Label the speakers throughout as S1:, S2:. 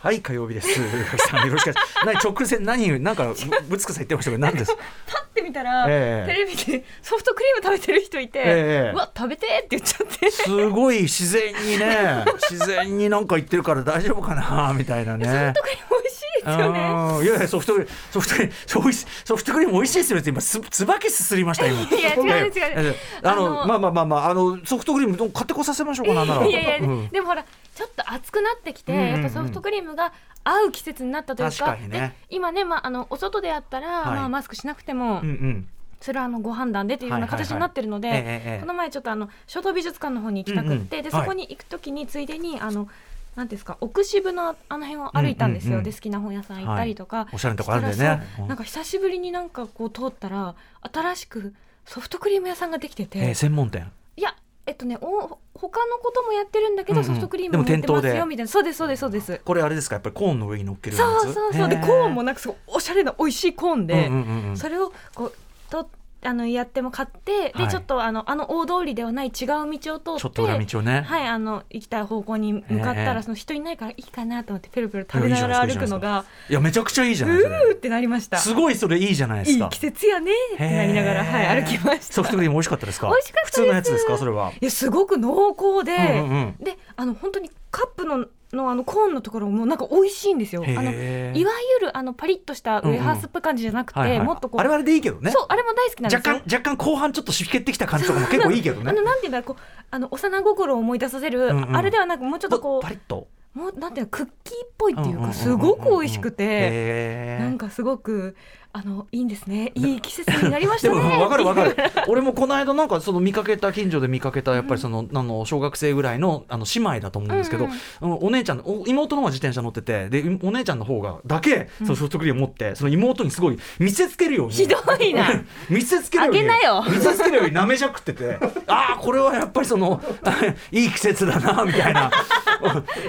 S1: はい火曜日です。さんよろしくな直線何なんかぶつくさ言ってましたけど何 です。
S2: パって見たら、えー、テレビでソフトクリーム食べてる人いて、えー、うわ食べてって言っちゃって。
S1: すごい自然にね自然になんか言ってるから大丈夫かなみたいなね。ソ
S2: フトクリーム美味しいですよ
S1: ね。いやいやソフトソフトソフトクリーム美味しいですよって今すつばきすすりました今。
S2: いや違う違う。
S1: あのまあまあまあまああのソフトクリーム買ってこさせましょうかななら。、
S2: いやいや、うん、でもほら。ちょっと暑くなってきて、やっぱソフトクリームが合う季節になったというか、ね、今ね、まあ、あのお外であったら、はい、まあ、マスクしなくても。うんうんそれはあのご判断でというような形になってるので、この前ちょっとあの書道美術館の方に行きたくって、うんうん、でそこに行くときについでに、はい、あのなんですか奥渋のあの辺を歩いたんですよ、で好きな本屋さん行ったりとか、はい
S1: おしゃれなとこあるんでね、
S2: なんか久しぶりになんかこう通ったら新しくソフトクリーム屋さんができてて、
S1: えー、専門店
S2: いやえっとね、お他のこともやってるんだけど、ソフトクリームもやってますよみたいな、そうですそうですそうです。
S1: これあれですか、やっぱりコーンの上に乗っける
S2: そうそうそう。でコーンもなんかすごいおしゃれな美味しいコーンで、それをこうとあのやっても買って、でちょっとあのあの大通りではない違う道を通って、
S1: ちょっと裏道をね、
S2: はいあの行きたい方向に向かったらその人いないからいいかなと思ってペロペロ食べながら歩くのが、
S1: いやめちゃくちゃいいじゃないです
S2: か。うーってなりました。
S1: すごいそれいいじゃないですか。
S2: いい季節やねってなりながらはい歩きました。
S1: ソフトクリーム美味しかったですか。
S2: 美味しかった
S1: 普通のやつですかそれは。
S2: いやすごく濃厚で、であの本当にカップののあのコーンのところもなんか美味しいんですよ。あのいわゆるあのパリッとしたウエハースっぽい感じじゃなくて、もっとこう
S1: あれはあれでいいけどね。
S2: そうあれも大好きなんです
S1: 若干若干後半ちょっとしびけてきた感じとかも結構いいけどね。
S2: あのなんていうんだこうあの幼心を思い出させる、あれではなくもうちょっとこう
S1: パリッと。
S2: もうなんていうクッキーっぽいっていうかすごく美味しくてなんかすごくあのいいんですねいい季節になりましたね
S1: わかるわかる俺もこの間なんかその見かけた近所で見かけたやっぱりその,うん、あの小学生ぐらいのあの姉妹だと思うんですけど、うんうん、お姉ちゃんお妹の方が自転車乗っててでお姉ちゃんの方がだけそのソフトクリーム持って、うん、その妹にすごい見せつけるように
S2: ひどいな
S1: 見せつけるように見せつけるようになめじゃくって てああこれはやっぱりその いい季節だなみたいな。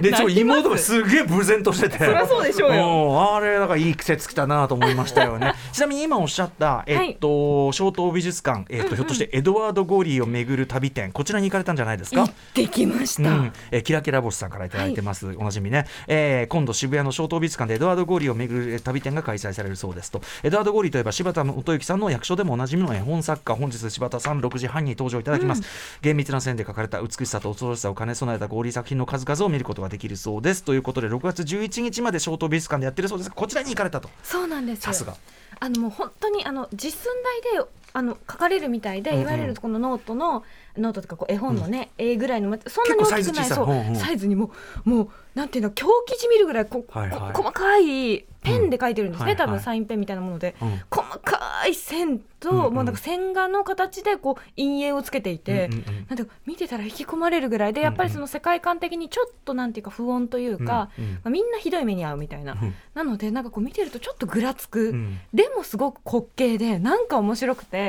S1: でちょ妹がすげえ無然としてて
S2: そりゃそうでしょうよ
S1: あれだからいい季節来たなと思いましたよ ねちなみに今おっしゃった、えっと、はい、小東美術館、えっと、うんうん、ひょっとしてエドワード・ゴーリーを巡る旅展こちらに行かれたんじゃないですか
S2: できました、うん、
S1: えキラキラ星さんから頂いてます、はい、おなじみね、えー、今度渋谷の小東美術館でエドワード・ゴーリーを巡る旅展が開催されるそうですとエドワード・ゴーリーといえば柴田元幸さんの役所でもおなじみの絵本作家本日柴田さん6時半に登場いただきます、うん、厳密な線で描かれた美しさと恐ろしさを兼ね備えたゴーリー作品の数々を見ることができるそうですということで6月11日まで小東美術館でやってるそうですがこちらに行かれたと
S2: そうなんです
S1: さすが
S2: あのもう本当にあの実寸大であの書かれるみたいで、うんうん、いわゆるこのノートのノートとかこう絵本のね、うん、A ぐらいのそんなに大きくないそう、うんうん、サイズにももうなんていうの狂気じみるぐらいこ、はいはい、細かいペンで書いてるんですね、うん、多分サインペンみたいなもので、はいはい、細かい線と、うんうん、もうなんか線画の形でこう陰影をつけていて、うんうんうん、なんて見てたら引き込まれるぐらいでやっぱりその世界観的にちょっとなんていうか不穏というか、うんうん、まあ、みんなひどい目に遭うみたいな、うん、なのでなんかこう見てるとちょっとぐらつく、うん、でもすごく滑稽でなんか面白くて。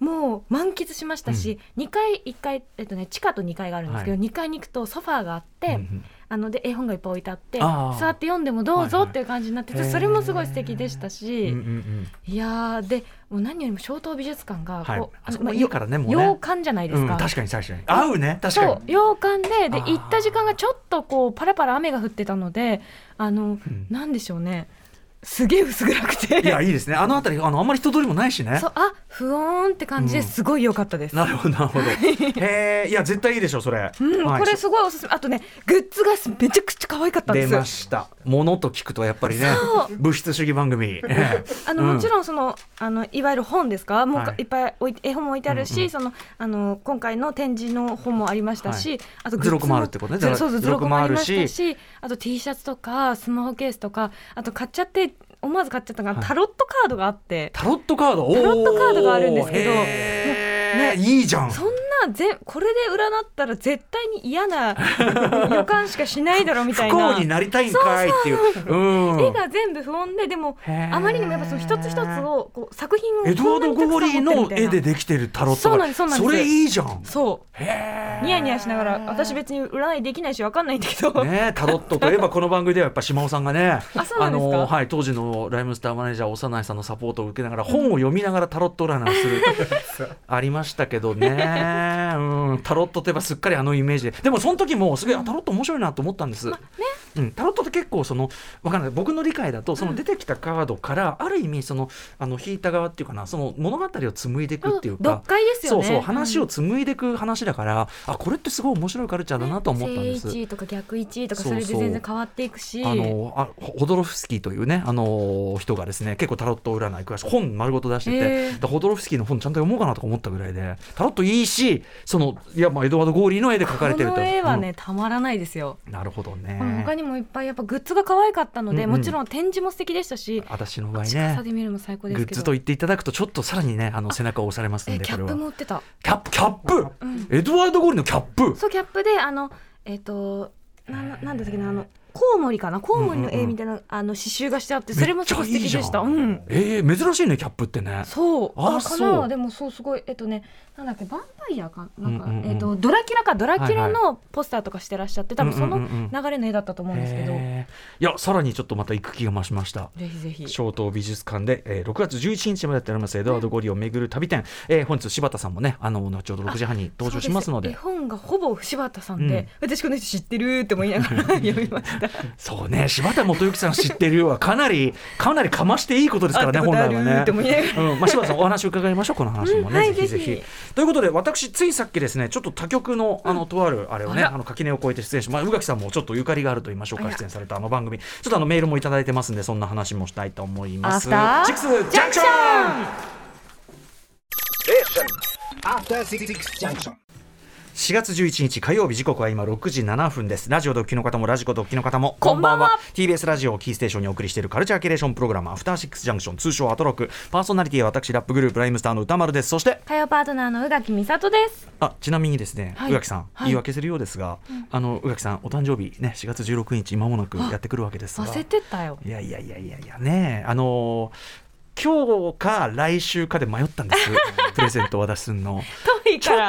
S2: もう満喫しましたし、うん、2階1階、えっとね、地下と2階があるんですけど、はい、2階に行くとソファーがあって、うん、あので絵本がいっぱい置いてあって座って読んでもどうぞっていう感じになってて、はいはい、それもすごい素敵でしたし、うんうんうん、いやでもう何よりも小東美術館がこ
S1: う、はい、あいいからねもうね
S2: 洋館じゃないですか、うん、
S1: 確かに確かに合うね確かに
S2: 洋館でで行った時間がちょっとこうパラパラ雨が降ってたのであの、うん、なんでしょうねすげえ薄暗くて
S1: いやいいですねあの辺りあのあんまり人通りもないしね
S2: そうあ不穏って感じですごい良かったです、
S1: うん、なるほどなるほどへえいや絶対いいでしょそれ、
S2: うんはい、これすごいおすすめあとねグッズがめちゃくちゃ可愛かったんです
S1: 出ましたものと聞くとやっぱりね物質主義番組
S2: あの、うん、もちろんそのあのいわゆる本ですかもう、はい、いっぱい置い絵本も置いてあるし、うんうん、そのあの今回の展示の本もありましたし、はい、あと
S1: グッズもあるってことね
S2: そうそうズロコもありましたしあと T シャツとかスマホケースとかあと買っちゃって思わず買っちゃったのが、タロットカードがあって、はい、
S1: タロットカード
S2: タロットカードがあるんですけど
S1: ね、いいじゃん
S2: そんなぜこれで占ったら絶対に嫌な予感しかしないだろうみたい、
S1: な不幸になりたいんかいっていう、うん
S2: 絵が全部不穏ででもあまりにもやっぱその一つ一つをこう作品を
S1: エドワード・ゴーリーの絵でできてるタロット
S2: そうなんですそうなんです
S1: それいいじゃん
S2: そうニヤニヤしながら私別に占いできないし分かんないんだけど
S1: ねタロットといえばこの番組ではやっぱ島尾さんがね あの、はい、当時のライムスターマネージャー長内さん のサポートを受けながら本を読みながらタロット占いをするありましたけどねね、うん、タロットといえばすっかりあのイメージででもその時もすごい、あタロット面白いなと思ったんです、まあねうん、タロットって結構その分かんない僕の理解だとその出てきたカードからある意味そのあの引いた側っていうかなその物語を紡いでいくっていうか、
S2: 読解ですよ
S1: ねそうそう話を紡いでいく話だから、あこれってすごい面白いカルチャーだなと思ったんです。
S2: 正位とか逆位とかそれで全然変わっていくし
S1: あのあホドロフスキーというねあの人がですね結構タロット占い詳しい本丸ごと出しててホドロフスキーの本ちゃんと読もうかなとか思ったぐらいでタロットいいしそのいやまあエドワード・ゴーリーの絵で描かれてると
S2: この絵はね、うん、たまらないですよ
S1: なるほどね、
S2: うん、他にもいっぱいやっぱグッズが可愛かったので、うんうん、もちろん展示も素敵でしたし
S1: 私の場合ね
S2: で見るも最高
S1: ですグッズと言っていただくとちょっとさらにねあの背中を押されますので
S2: キャップも売ってた
S1: キャップキャップ、うん、エドワード・ゴーリーのキャップ
S2: そうキャップであのえっ、ー、とななんですけどあのコウモリかなコウモリの絵みたいな、うんうん、あの刺繍がしてあってそれも素敵でしたいい、うん、
S1: えー、珍しいねキャップってね
S2: そうあかなでもそうすごいえっとねなんだっけヴァンパイアかなんか、うんうんうん、えっとドラキュラかドラキュラのポスターとかしてらっしゃって、はいはい、多分その流れの絵だったと思うんですけど、うんうんうん、い
S1: やさらにちょっとまた行く気が増しました
S2: ぜひぜひ
S1: 小東美術館で、えー、6月11日までやっておりますエドワード・ゴリを巡る旅展、えー、本日柴田さんもねあの後ほど6時半に登場しますので
S2: 絵本がほぼ柴田さんで、うん、私この人知ってるって思いながら読みました
S1: そうね柴田元幸さん知ってるはかなり かなりかましていいことですからね本来はね。うんまあ、柴田さんお話伺いましょうこの話もね、うんはい、ぜひぜひ。ということで私ついさっきですねちょっと他局のあのとあるあれをね、うん、あの垣根を越えて出演しまあ宇垣さんもちょっとゆかりがあると言いましょうか出演されたあの番組ちょっとあのメールも頂いてますんでそんな話もしたいと思います。
S2: ジャン
S1: クション4月11日火曜日時刻は今6時7分ですラジオドッキの方もラジコドッキの方も
S2: こんばんは,んばんは
S1: TBS ラジオキーステーションにお送りしているカルチャーキュレーションプログラムアフターシックスジャンクション通称アトロクパーソナリティは私ラップグループライムスターの歌丸ですそして
S2: 火曜パートナーの宇垣美里です
S1: あちなみにですね、はい、宇垣さん、はい、言い訳するようですが、うん、あの宇垣さんお誕生日ね4月16日まもなくやってくるわけですが
S2: 忘れてたよ
S1: いやいやいやいやいやねあのー、今日か来週かで迷ったんです プレゼント渡すの。
S2: ちょ
S1: ちょっ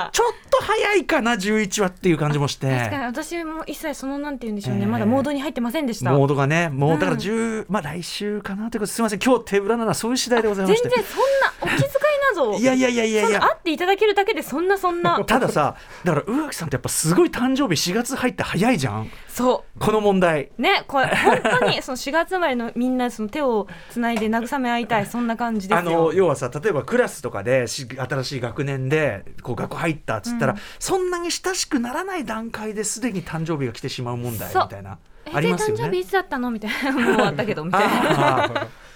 S1: と早いかな11話っていう感じもして
S2: 確かに私も一切そのなんて言うんでしょうね、えー、まだモードに入ってませんでした
S1: モードがねもうだから10、うん、まあ来週かなということすみません今日手ぶらならそういう次第でございまして
S2: 全然そんなお気遣いなぞ
S1: いやいやいやいやいや
S2: 会っていただけるだけでそんなそんな
S1: たださだから宇垣さんってやっぱすごい誕生日4月入って早いじゃん
S2: そう
S1: この問題
S2: ねこれ本当にその4月生まれのみんなその手をつないで慰め合いたいそんな感じですよ
S1: あの要はさ例えばクラスとかで新しい学年でこう学校入ったっつったら、うん、そんなに親しくならない段階ですでに誕生日が来てしまう問題みたいな。ありますよね、
S2: 誕生日いつだったのみたいなもうあっ たけどみたいな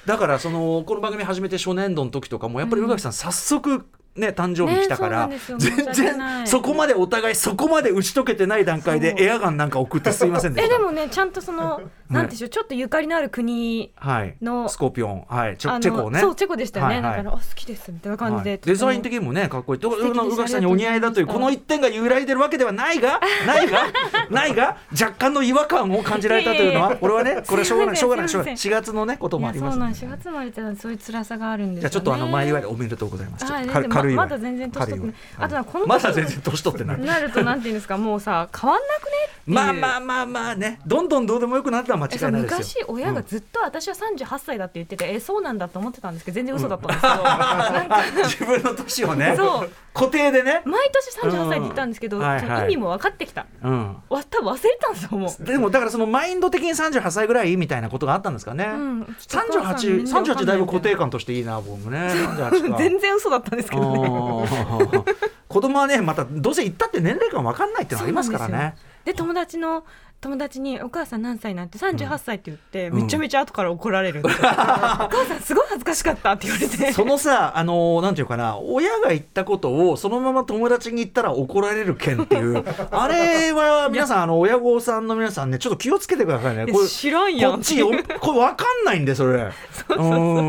S1: だからそのこの番組始めて初年度の時とかもやっぱり宇垣さん、うん、早速ね、誕生日来たから、ね、全然そこまでお互いそこまで打ち解けてない段階でエアガンなんか送ってすいませんでした
S2: えでもねちゃんとそのなんでしょう、ちょっとゆかりのある国の、
S1: はい、スコーピオン、はい、チェチェコね
S2: そうチェコでしたよね、はいはい、だからあ好きですみたいな感じで、はい、
S1: デザイン的にもねかっこいい宇垣さんにお似合いだというこの一点が揺らいでるわけではない がないがないが若干の違和感を感じられたというのは俺はねこれしょうがないしょうがないしょうがない4月のねこともあります、ね、
S2: そうなん4月生まれってそういう辛さがあるんで
S1: よ、
S2: す
S1: ね、じゃちょっとあの前祝いおめでとうございます
S2: まだ全然年取ってないあとはこの
S1: まだ全然年取ってない
S2: なるとなんていうんですかもうさ変わんなくね
S1: まあまあまあまあねどんどんどうでもよくなったら間違いないです
S2: 昔親がずっと私は38歳だって言ってて、うん、えそうなんだと思ってたんですけど全然嘘だった ん
S1: ですけど、うん、自分の年をね固定でね
S2: 毎年38歳って言ったんですけど、うんはいはい、意味も分かってきた、うん、わ多分忘れたんですよもう
S1: でもだからそのマインド的に38歳ぐらいみたいなことがあったんですかね、うん、38, 38だいぶ固定感としていいな僕もね
S2: 全然嘘だったんですけど ね
S1: 子供はねまたどうせ行ったって年齢感分かんないってのありますからね
S2: で友達の友達に「お母さん何歳なんて38歳」って言って、うん、めちゃめちゃ後から怒られる、うん、お 母さんすごい恥ずかしかったって言われて
S1: そのさあのなんていうかな親が言ったことをそのまま友達に言ったら怒られる件って いうあれは皆さんあの親御さんの皆さんねちょっと気をつけてくださいね
S2: これ知らんや
S1: こっちこれ分かんないん でそれう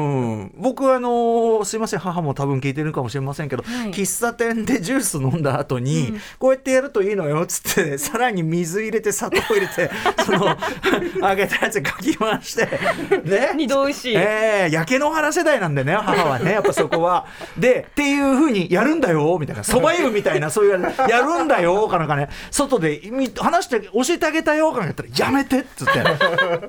S1: ん僕あのすいません母も多分聞いてるかもしれませんけど、はい、喫茶 店でジュース飲んだ後に、うん、こうやってやるといいのよっつってさらに水入れて砂糖入れて入れてそ の揚げたやつかき回してね
S2: 二度美味しい
S1: ええ焼け野原世代なんでね母はねやっぱそこはでっていうふうにやるんだよみたいなそば湯みたいなそういうやるんだよかなんかね外でみ話して教えてあげたよかなんか言ったらやめてっつっ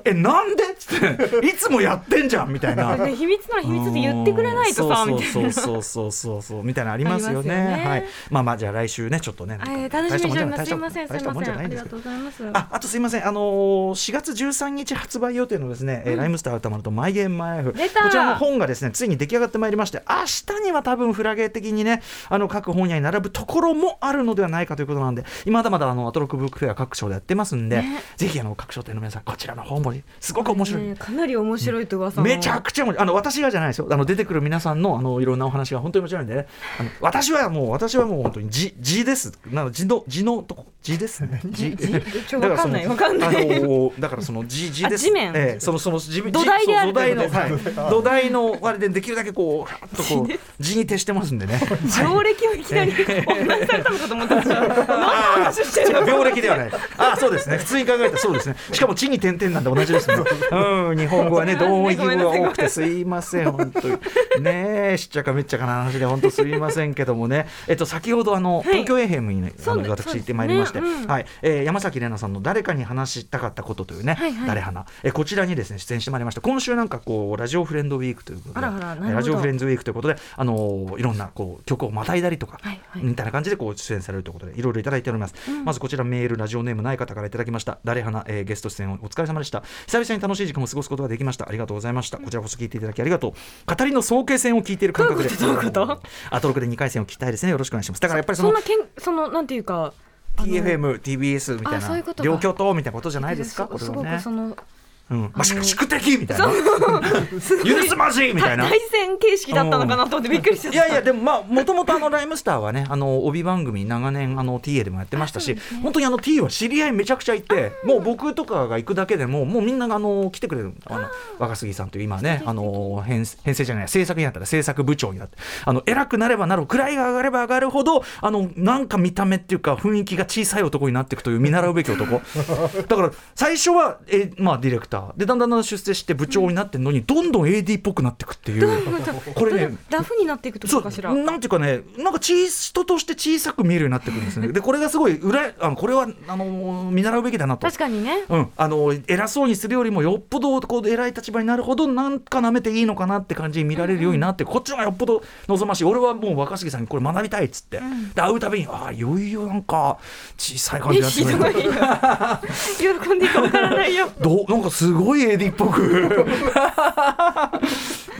S1: てえなんでっつっていつもやってんじゃんみたいな
S2: で秘密なら秘密って言ってくれないとさ
S1: うん
S2: みたいな
S1: そうそうそうそうそうそうみたいなのありますよね
S2: ありますよね
S1: はいまあまあじゃあ来週ねちょっとね
S2: えー楽しみにしておりま
S1: 大
S2: す。す
S1: し
S2: い
S1: たも
S2: ま
S1: んじ
S2: せ
S1: ゃない
S2: ん、す
S1: 大
S2: い
S1: したも
S2: ま
S1: んじ
S2: せ
S1: ゃ
S2: ん。
S1: な
S2: あ
S1: いん
S2: り
S1: です
S2: が
S1: けど
S2: とうございます。
S1: ああとすいません、あのー4月13日発売予定のですね、えーライムスター歌丸とマイゲームマイライフ、
S2: 出た
S1: こちらの本がですねついに出来上がってまいりまして、明日には多分フラゲ的にね、あの各本屋に並ぶところもあるのではないかということなんで、今まだまだあのアトロックブックフェア各所でやってますんで、
S2: ね
S1: ぜひあの各所店の皆さん、こちらの本もすごく面白い。
S2: ねかなり面白いと噂の。
S1: めちゃくちゃ面白いあの私がじゃないですよあの出てくる皆さんのあのいろんなお話が本当に面白いんで ねあの私はもう私はもう本当に字字ですなの字の字のとこ字です ね字
S2: 字 ちょ
S1: だ
S2: わ
S1: ら
S2: か
S1: そ
S2: ん
S1: の
S2: ないわかんない。
S1: あのだからその字字です
S2: あ地面
S1: ええそのその地
S2: 土台である
S1: そう
S2: ってことで
S1: 土台
S2: す
S1: のはい土台のあれでできるだけこうふわっとこう字に徹してますんでね
S2: 上歴をいきなりお話しされたのかと思ったんです よ。何の話してる
S1: 違う
S2: の
S1: 病歴ではない。あそうですね。普通に考えたらそうですね。しかも地に点々なんで同じですね。 うん、日本語はね、同音異義語が多くてすいません、 本当に。ねえ、しっちゃかめっちゃかな話で本当すいませんけどもね。えっと、先ほどあの、東京エヘムにね、あ
S2: そう
S1: の
S2: です
S1: 私行ってまいりまして、
S2: そうですねうん
S1: はい、えー山崎怜奈さんの誰かに話したかったことというね、
S2: はいはい
S1: 誰花、えーこちらにですね、出演してまいりました。今週なんかこう、ラジオフレンドウィークということで、
S2: あらあらなるほど
S1: えーラジオフレンドウィークということで、あのーいろんなこう曲をまたいだりとか、
S2: はいはい
S1: みたいな感じでこう出演されるということでいろいろいただいております、まずこちらメールラジオネームない方からいただきました誰花、えーゲスト出演お疲れ様でした久々に楽しい時間を過ごすことができましたありがとうございましたこちらこそ聞いていただきありがとう語りの総形戦を聞いている感覚で
S2: どういうことどういうこと
S1: アトロクで2回戦を聞きたいですねよろしくお願いしますだからやっぱりそ
S2: そん
S1: の
S2: なけんそのなんていうか。あの
S1: TFM、TBS みたい
S2: あそういうこ
S1: な
S2: とか
S1: 両巨頭みたいなことじゃないですか、これ
S2: す
S1: は
S2: ご
S1: ね
S2: く。その
S1: うん、まあ、し
S2: あの
S1: 宿敵みたいな
S2: そ、
S1: 許すまじいみたい な。
S2: 対戦形式だったのかなと思ってびっくりしちゃっ
S1: い
S2: た。
S1: やいやでもまあもともとあのライムスターはねあの帯番組長年あの TA でもやってましたし、本当にあの T は知り合いめちゃくちゃいてもう僕とかが行くだけでももうみんながあの来てくれるあの若杉さんという今ねあの編編成じゃない制作になったら制作部長になってあの偉くなればなる位が上がれば上がるほどあのなんか見た目っていうか雰囲気が小さい男になっていくという見習うべき 男だから最初はえまあディレクターでだんだんだんだん出世して部長になってるのにどんどん AD っぽくなっていくっていうこれね
S2: ダフになっていくと
S1: そ
S2: こ
S1: う
S2: かしら。
S1: なんていうかねなんか小人として小さく見えるようになってくるんですねでこれがすごい裏あのこれはあの見習うべきだなと。
S2: 確かにね。
S1: うん、あの偉そうにするよりもよっぽどこう偉い立場になるほどなんかなめていいのかなって感じに見られるようになって、こっちの方がよっぽど望ましい俺はもう若杉さんにこれ学びたいっつって、で会うたびにああいよいよなんか小さい感じ
S2: え
S1: になってく
S2: ひど
S1: る
S2: いよ。喜んでいいかわからないよ。
S1: どうなんかすごい AD っぽ く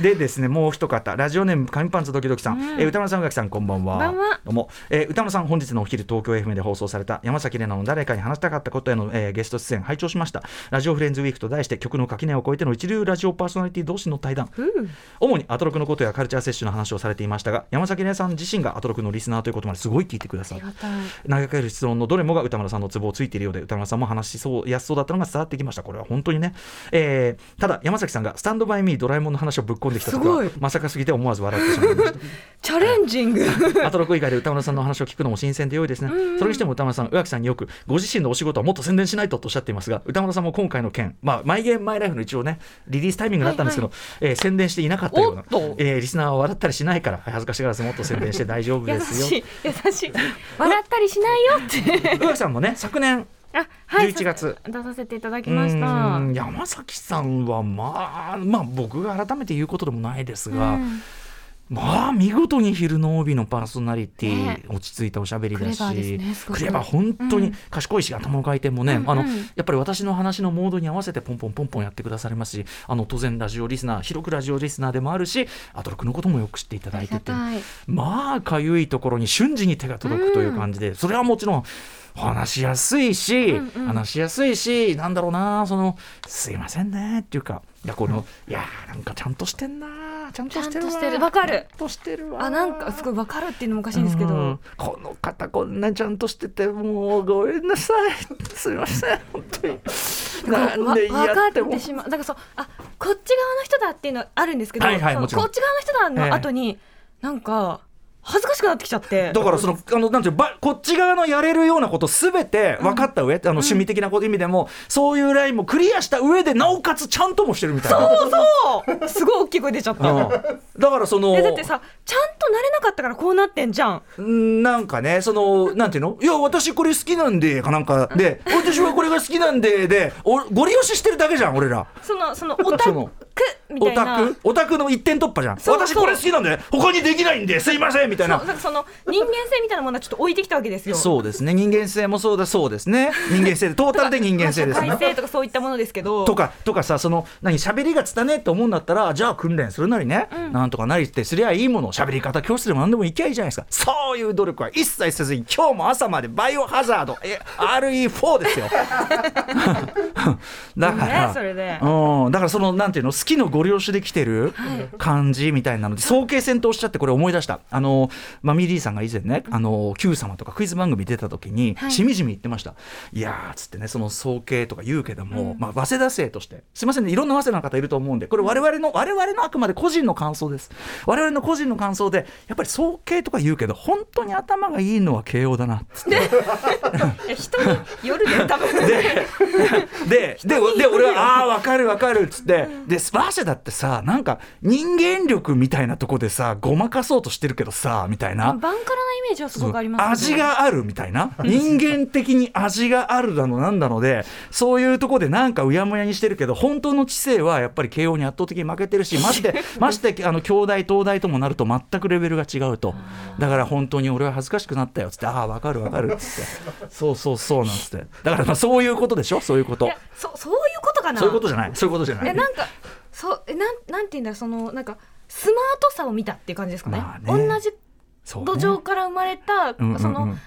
S1: でですねもう一方ラジオネーム紙パンツドキドキさん、えー歌丸さん宇垣さんこんばんは
S2: こんばんは
S1: どうも、えー歌丸さん本日のお昼東京 FM で放送された山崎怜奈の誰かに話したかったことへの、えーゲスト出演拝聴しましたラジオフレンズウィークと題して曲の垣根を越えての一流ラジオパーソナリティ同士の対談主にアトロクのことやカルチャー摂取の話をされていましたが山崎怜奈さん自身がアトロクのリスナーということまですごい聞いてくださ
S2: あ
S1: っ
S2: り
S1: て
S2: がたい。
S1: 投げかける質問のどれもが歌村さんのツボをついているようで歌村さんも話しそうやすそうだったのが伝わってきましたこれは本当にね、えーただ山崎さんが「スタンドバイミードラえもん」の話をぶっこんできたところは
S2: すごい
S1: まさかすぎて思わず笑ってしまいました
S2: チャレンジング。
S1: アトロク以外で歌丸さんのお話を聞くのも新鮮で良いですね。それにしても歌丸さん、宇垣さんによくご自身のお仕事はもっと宣伝しないととおっしゃっていますが、歌丸さんも今回の件、まあ、マイゲームマイライフの一応ね、リリースタイミングだったんですけど、えー宣伝していなかったような
S2: おっと、
S1: えーリスナーは笑ったりしないから、恥ずかしがらずもっと宣伝して大丈夫
S2: 優
S1: ですよ。
S2: しい優しい。笑ったりしないよって。
S1: 宇垣さんもね、昨年、
S2: あはい。
S1: 11月
S2: 出させていただきました
S1: う。ん山崎さんはまあまあ僕が改めて言うことでもないですが、
S2: うん
S1: まあ見事に昼の帯のパーソナリティ、
S2: ね
S1: 落ち着いたおしゃべりだし
S2: クレバーですねすごく
S1: クレバー本当
S2: う
S1: に
S2: ん
S1: 賢いし、頭の回転もね、
S2: うんうん
S1: あのやっぱり私の話のモードに合わせてポンポンポンポンやってくださりますしあの当然ラジオリスナー広くラジオリスナーでもあるしアトロクのこともよく知っていた
S2: あ
S1: だ
S2: り
S1: いて
S2: が
S1: て
S2: たい。
S1: まあかゆいところに瞬時に手が届くという感じで、それはもちろん話しやすいし、
S2: うんうん
S1: 話しやすいしなんだろうなそのすいませんねっていうかいやこの、いやーなんかちゃんとしてんなーちゃんとしてるわー
S2: ちゃんとしてるわかる
S1: ちゃんとしてるわー
S2: あなんかすごいわかるっていうのもおかしいんですけ
S1: う
S2: ど
S1: ん。この方こんなちゃんとしててもうごめんなさいすいません本当になんで
S2: わ分か
S1: や
S2: っ
S1: っても
S2: てしまうだからそうあこっち側の人だっていうのはあるんですけど、
S1: はいはい
S2: その
S1: もちろん
S2: こっち側の人だ
S1: ええ
S2: の後に、なんか恥ずかしくなってきちゃって
S1: だからその あのなんていうばこっち側のやれるようなことすべて分かった上、あの趣味的なこと意味でも、そういうラインもクリアした上でなおかつちゃんともしてるみたいな。
S2: そうそうすごい大きい声出ちゃった、
S1: うんだからその
S2: えだってさちゃんとなれなかったからこうなってんじゃん
S1: うんなんかねそのなんていうのいや私これ好きなんでかなんかで私はこれが好きなんででおご利用ししてるだけじゃん俺ら
S2: そのそのオタ
S1: そ
S2: ク
S1: の
S2: みた
S1: オ
S2: いな
S1: タクオタクの一点突破じゃん
S2: そう
S1: 私これ好きなんで他にできないんですいませんみたいな
S2: そうなんかその人間性みたいなものはちょっと置いてきたわけですよ
S1: そうですね人間性もそうだそうですね人間性でトータルで人間性です
S2: まあ
S1: ね
S2: 社会性とかそういったものですけど
S1: とかとかさその何喋りがつたねえと思うんだったらじゃあ訓練するなりね、なんとかなりってすりゃいいもの喋り方教室でも何でもいきゃいいじゃないですかそういう努力は一切せずに今日も朝までバイオハザードえ RE4 ですよだから、
S2: ねそれで
S1: うん、だからそのなんていうの好きのご了承で来てる感じみたいなので早慶戦とおっしゃってこれ思い出したあのマミリーさんが以前ね「あの Q 様」とかクイズ番組出た時に
S2: はい
S1: しみじみ言ってました、い、やーつってねその早慶とか言うけども、まあ、早稲田生としてすいませんねいろんな早稲田の方いると思うんでこれ我々の我々のあくまで個人の感想です我々の個人の感想でやっぱり早慶とか言うけど本当に頭がいいのは慶応だなっつって
S2: いや人によるで多分
S1: で ででで俺は「ああーわかるわかる」っつってでスパーシャだってさなんか人間力みたいなとこでさごまかそうとしてるけどさみたい
S2: バ
S1: な
S2: ン。カラなイメージはすごくあります、
S1: 味があるみたい な人間的に味があるだのなんだのでそういうとこでなんかうやむやにしてるけど本当の知性はやっぱり慶応に圧倒的に負けてるしまして ましてあの兄弟東大ともなると全くレベルが違うとだから本当に俺は恥ずかしくなったよっつってああわかるわかるっつってそうそうそうなんつってだからまあそういうことでしょそういうこと
S2: いやそそういうことかな
S1: そういうことじゃないそういうことじゃない
S2: えなんかそうえなんなんて言うんだろうそのなんかスマートさを見たっていう感じですかね,、
S1: まあね
S2: 同じ
S1: そ
S2: 土
S1: うね
S2: 壌から生まれたそ,、
S1: うんうんうん
S2: の
S1: そうね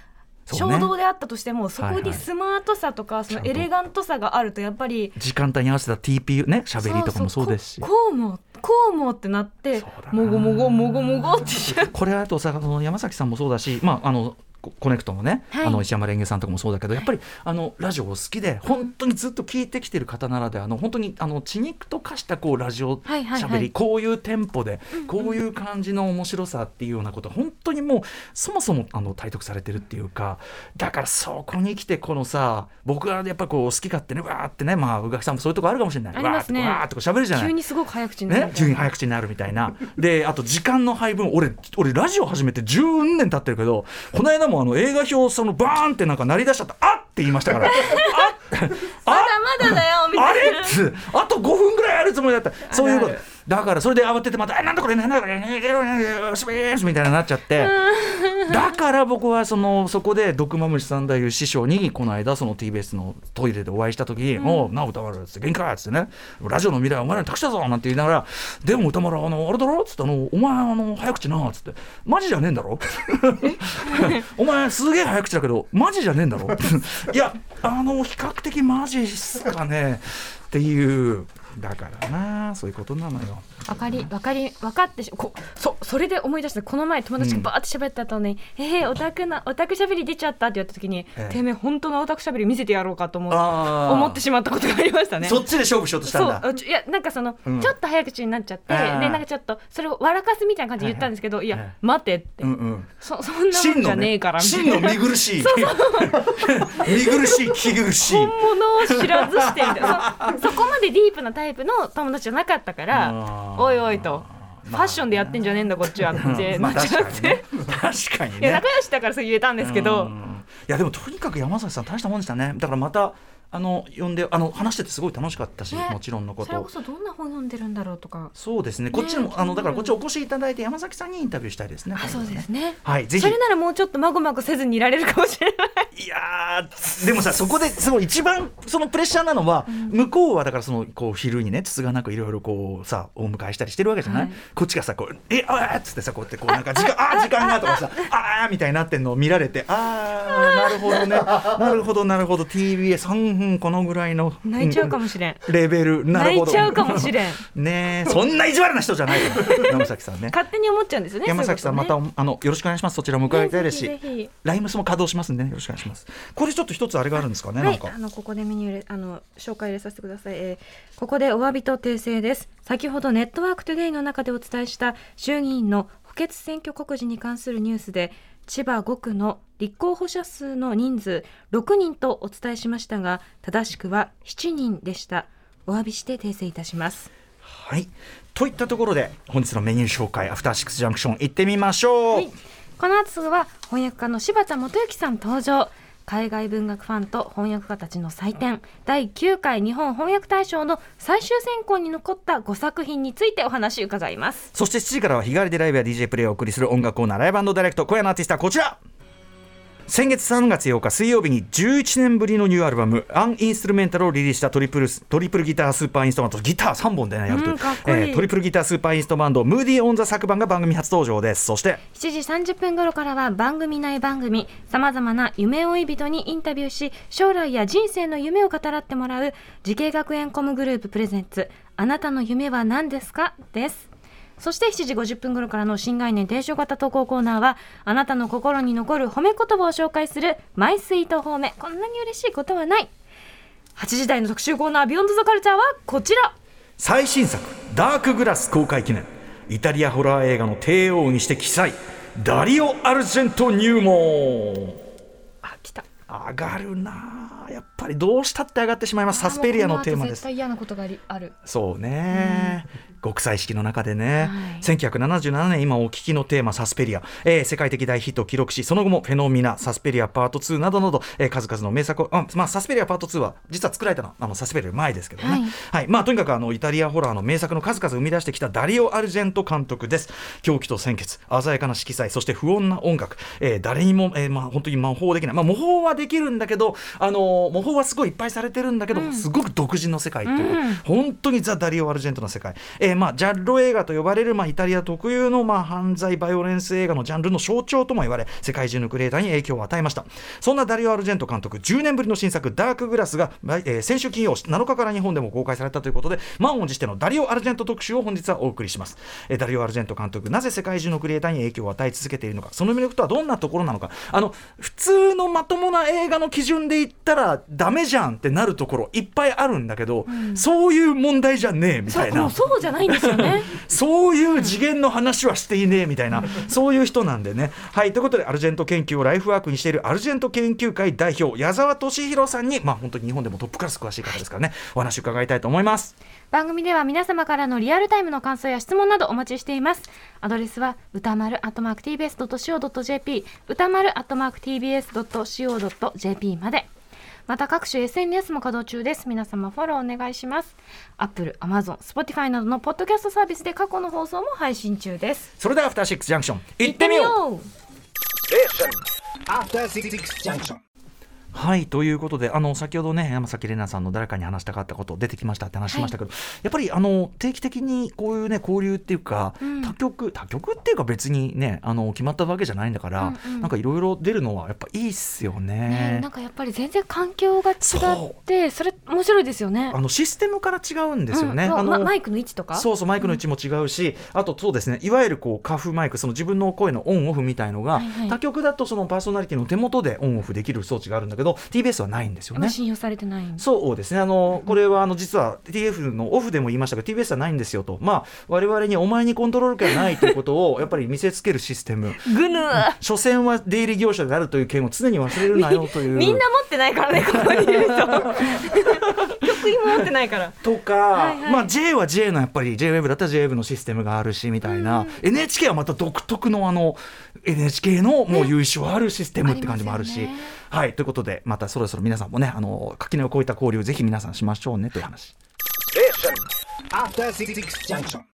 S2: 衝動であったとしてもそ,、
S1: はい
S2: こ
S1: はい
S2: にスマートさとかそのエレガントさがあるとやっぱり
S1: 時間帯に合わせた TP ね喋りとかもそうですし
S2: ここうもこうもってなって
S1: そうだな
S2: もごもごもごもごっていう
S1: これはあとさその山崎さんもそうだし、まあ、あのココネクトもね、
S2: はい
S1: あの石山レンゲさんとかもそうだけどやっぱりあのラジオを好きで本当にずっと聞いてきてる方ならであの本当にあの血肉と化したこうラジオしゃべ
S2: はい
S1: り、
S2: はいはい
S1: こういうテンポでこういう感じの面白さっていうようなこと本当にもうそもそもあの体得されてるっていうかだからそこに来てこのさ僕はやっぱこう好き勝手ねわーってねまあ宇垣さんもそういうとこあるかもしれない
S2: ありますね
S1: わーってわーってこう喋るじゃない
S2: 急。にすごく早口にな
S1: ね
S2: る、
S1: 急に早口になるみたいなであと時間の配分俺俺ラジオ始めて10年経ってるけどこの間もあの映画表そのバーンってなんか鳴り出しちゃったあっって言いましたから
S2: まだまだだよみ
S1: あ
S2: たい
S1: れ
S2: な
S1: っつあと5分ぐらいあるつもりだったそういうこと
S2: ある
S1: だからそれで慌ててまた「あなんだこれなんだこれよしよしみたいになっちゃってだから僕はそのそこで毒まむしさんだいう師匠にこの間その TBS のトイレでお会いした時に「おうな歌丸」っつって「元気か」っつってね「ラジオの未来はお前らに託したぞ」なんて言いながら「でも歌丸あのあれだろ」っつってあの「お前あの早口な」っつって「マジじゃねえんだろ」 お前すげえ早口だけどマジじゃねえんだろ いやあの比較的マジっすかねっていうだからなそういうことなのよ
S2: わかりわかり分かってしこそそれで思い出したこの前友達がバーって喋った後に「えー、オタクなオタクしゃべり出ちゃった」って言った時に「
S1: ええ
S2: てめえ本当のオタクしゃべり見せてやろうか」と思う
S1: あー
S2: 思ってしまったことがありましたね。
S1: そっちで勝負しようとしたんだ
S2: そうちょいやなんかその、
S1: うん
S2: ちょっと早口になっちゃってで
S1: あー
S2: なんかちょっとそれを笑かすみたいな感じで言ったんですけど「い
S1: はい
S2: や待て」って、
S1: うんうん
S2: そそんなも
S1: 真
S2: んじ
S1: の
S2: ゃね
S1: ね
S2: えからみたい
S1: 真
S2: な
S1: の見苦しい 見苦しい聞き苦しい
S2: 本物を知らずしてみた いなそそこまでディープなタイプの友達じゃなかったから
S1: あー
S2: おいおいと、ファッションでやってんじゃねえんだこっちはって
S1: ま
S2: 間
S1: あ
S2: 違
S1: 確か
S2: っ
S1: に
S2: て
S1: ね確かに
S2: いや
S1: ね
S2: 仲良しだからそう言えたんですけ
S1: う
S2: ど、
S1: んいやでもとにかく山崎さん大したもんでしたねだからまたあの呼んであの話しててすごい楽しかったし、
S2: ね
S1: もちろんのこ
S2: それ
S1: と
S2: こそどんな本読んでるんだろうとか
S1: そうですね。こっちも、
S2: ね
S1: あのだから
S2: うん
S1: こっちお越しいただいて山崎さんにインタビューしたいですね。
S2: あそうで
S1: 今度はね
S2: す。ね
S1: はい、ぜひ。
S2: それならもうちょっとまごまごせずにいられるかもしれない
S1: いやーでもさそこですごい一番そのプレッシャーなのは、向こうはだからそのこう昼にねつつがなくいろいろこうさお迎えしたりしてるわけじゃない、
S2: はい
S1: こっちがさこう「えあーっつってさこうやってこうなんか時間あー時間がとかさあーみたいになってんのを見られてあーなるほどねなるほどなるほど TBS うんうんこのぐらいの
S2: 泣いちゃうかもしれん
S1: レベルなる
S2: 泣
S1: ほ
S2: い
S1: ど
S2: ちゃうかもしれ ん
S1: ねえそんな意地悪な人じゃない よ山崎さんね
S2: 勝手に思っちゃうんですよね
S1: 山崎さんまたあのよろしくお願いしますそちらも伺いたいです
S2: ね
S1: し
S2: ぜひぜひ
S1: ライムスも稼働しますんでねよろしくお願いしますこれちょっと一つあれがあるんですかね
S2: は
S1: なん
S2: い、
S1: か
S2: あのここでメニュー入れあの紹介入れさせてください、えーここでお詫びと訂正です先ほどネットワークトゥデイの中でお伝えした衆議院の補欠選挙告示に関するニュースで千葉5区の立候補者数の人数6人とお伝えしましたが正しくは7人でしたお詫びして訂正いたします
S1: はいといったところで本日のメニュー紹介アフターシックスジャンクション行ってみましょう、
S2: はい、この後は翻訳家の柴田元幸さん登場海外文学ファンと翻訳家たちの祭典第9回日本翻訳大賞の最終選考に残った5作品についてお話伺います
S1: そして7時からは日替わりでライブや DJ プレイをお送りする音楽コーナーライブダイレクト今夜のアーティストはこちら先月3月8日水曜日に11年ぶりのニューアルバム「アン・インストゥルメンタル」をリリースしたトリプルストリプルギタースーパーインストバンドギター3本でねやるという
S2: うんかっこいい
S1: トリプルギタースーパーインストバンドムーディー・オン・ザ・作版が番組初登場ですそして
S2: 7時30分頃からは番組内番組さまざまな夢追い人にインタビューし将来や人生の夢を語らってもらう慈恵学園コムグループプレゼンツあなたの夢は何ですかですそして7時50分頃からの新概念提唱型投稿コーナーはあなたの心に残る褒め言葉を紹介するマイスイート褒めこんなに嬉しいことはない8時台の特集コーナービヨンドザカルチャーはこちら
S1: 最新作「ダークグラス」公開記念イタリアホラー映画の帝王にして記載ダリオ・アルジェント入門
S2: あ来た
S1: 上がるなあやっぱりどうしたって上がってしまいますサスペリアのテーマです
S2: 絶対嫌なことがある
S1: そうね、極彩色の中でね、
S2: はい
S1: 1977年今お聞きのテーマ「サスペリア」えー世界的大ヒットを記録しその後も「フェノミナ」「サスペリアパート2」などなど、えー数々の名作をあ、まあ、サスペリアパート2は実は作られたのはあのサスペリアより前ですけどね、
S2: は
S1: はいいまあ、とにかくあのイタリアホラーの名作の数々生み出してきたダリオ・アルジェント監督です狂気と鮮血鮮やかな色彩そして不穏な音楽、えー誰にも、えーまあ、本当に魔法できない、まあ、模倣はできるんだけど、あのー模倣はすごいいっぱいされてるんだけど、すごく独自の世界という、
S2: うん
S1: 本当にザ・ダリオ・アルジェントの世界、えーまあ、ジャンロ映画と呼ばれる、まあ、イタリア特有の、まあ、犯罪バイオレンス映画のジャンルの象徴とも言われ世界中のクリエイターに影響を与えましたそんなダリオ・アルジェント監督10年ぶりの新作「ダークグラスが」来えー先週金曜7日から日本でも公開されたということで満を持してのダリオ・アルジェント特集を本日はお送りします、えーダリオ・アルジェント監督なぜ世界中のクリエイターに影響を与え続けているのかその魅力とはどんなところなのかあの普通のまともな映画の基準で言ったらダメじゃんってなるところいっぱいあるんだけど、そういう問題じゃねえみ
S2: そ
S1: た
S2: う
S1: い
S2: も
S1: な
S2: うそうじゃないんですよね
S1: そういう次元の話はしていねえみたいな、そういう人なんでね。はい、ということで、アルジェント研究をライフワークにしているアルジェント研究会代表、矢沢俊弘さんに、まあ本当に日本でもトップクラス詳しい方ですからね、お話伺いたいと思います。
S2: 番組では皆様からのリアルタイムの感想や質問などお待ちしていますアドレスは歌丸 atmarktbs.co.jp 歌丸 atmarktbs.co.jp までまた各種 SNS も稼働中です皆様フォローお願いします Apple、Amazon、Spotify などのポッドキャストサービスで過去の放送も配信中です
S1: それでは、アフターシックスジャンクション、行ってみよう
S2: う
S3: After Six Junction.
S1: はいということであの先ほどね山崎怜奈さんの誰かに話したかったこと出てきましたって話しましたけど、やっぱりあの定期的にこういうね交流っていうか、
S2: ん
S1: 他局他局っていうか別にねあの決まったわけじゃないんだから、
S2: うんうん
S1: なんかいろいろ出るのはやっぱいいっすよ
S2: ね
S1: ね
S2: えなんかやっぱり全然環境が違
S1: そ
S2: ってそれ面白いですよね
S1: あのシステムから違うんですよね。
S2: うん
S1: あの
S2: まマイクの位置とか
S1: そうそうマイクの位置も違うし、あとそうですねいわゆるこうカフマイクその自分の声のオンオフみたいのが、
S2: はいはい
S1: 他局だとそのパーソナリティの手元でオンオフできる装置があるんだけど TBS はないんですよ
S2: まあ
S1: ね。
S2: 信用されてないんです
S1: そうですねあのこれはあの実は TF のオフでも言いましたが TBS はないんですよと、まあ、我々にお前にコントロール権はないということをやっぱり見せつけるシステム
S2: ぐぬー
S1: 所詮は出入り業者であるという件を常に忘れるなよという。
S2: みんな持ってないからねここにいる人曲員も持ってないから
S1: とか、
S2: はいはい
S1: まあ、J は J のやっぱり JWEB だったら JWEB のシステムがあるしみたいな、NHK はまた独特のあの NHK のもう優秀あるシステムって感じもあるし。
S2: ありますよね
S1: はいということでまたそろそろ皆さんもねあの垣根を越えた交流ぜひ皆さんしましょうねという話。
S3: After Six Junction.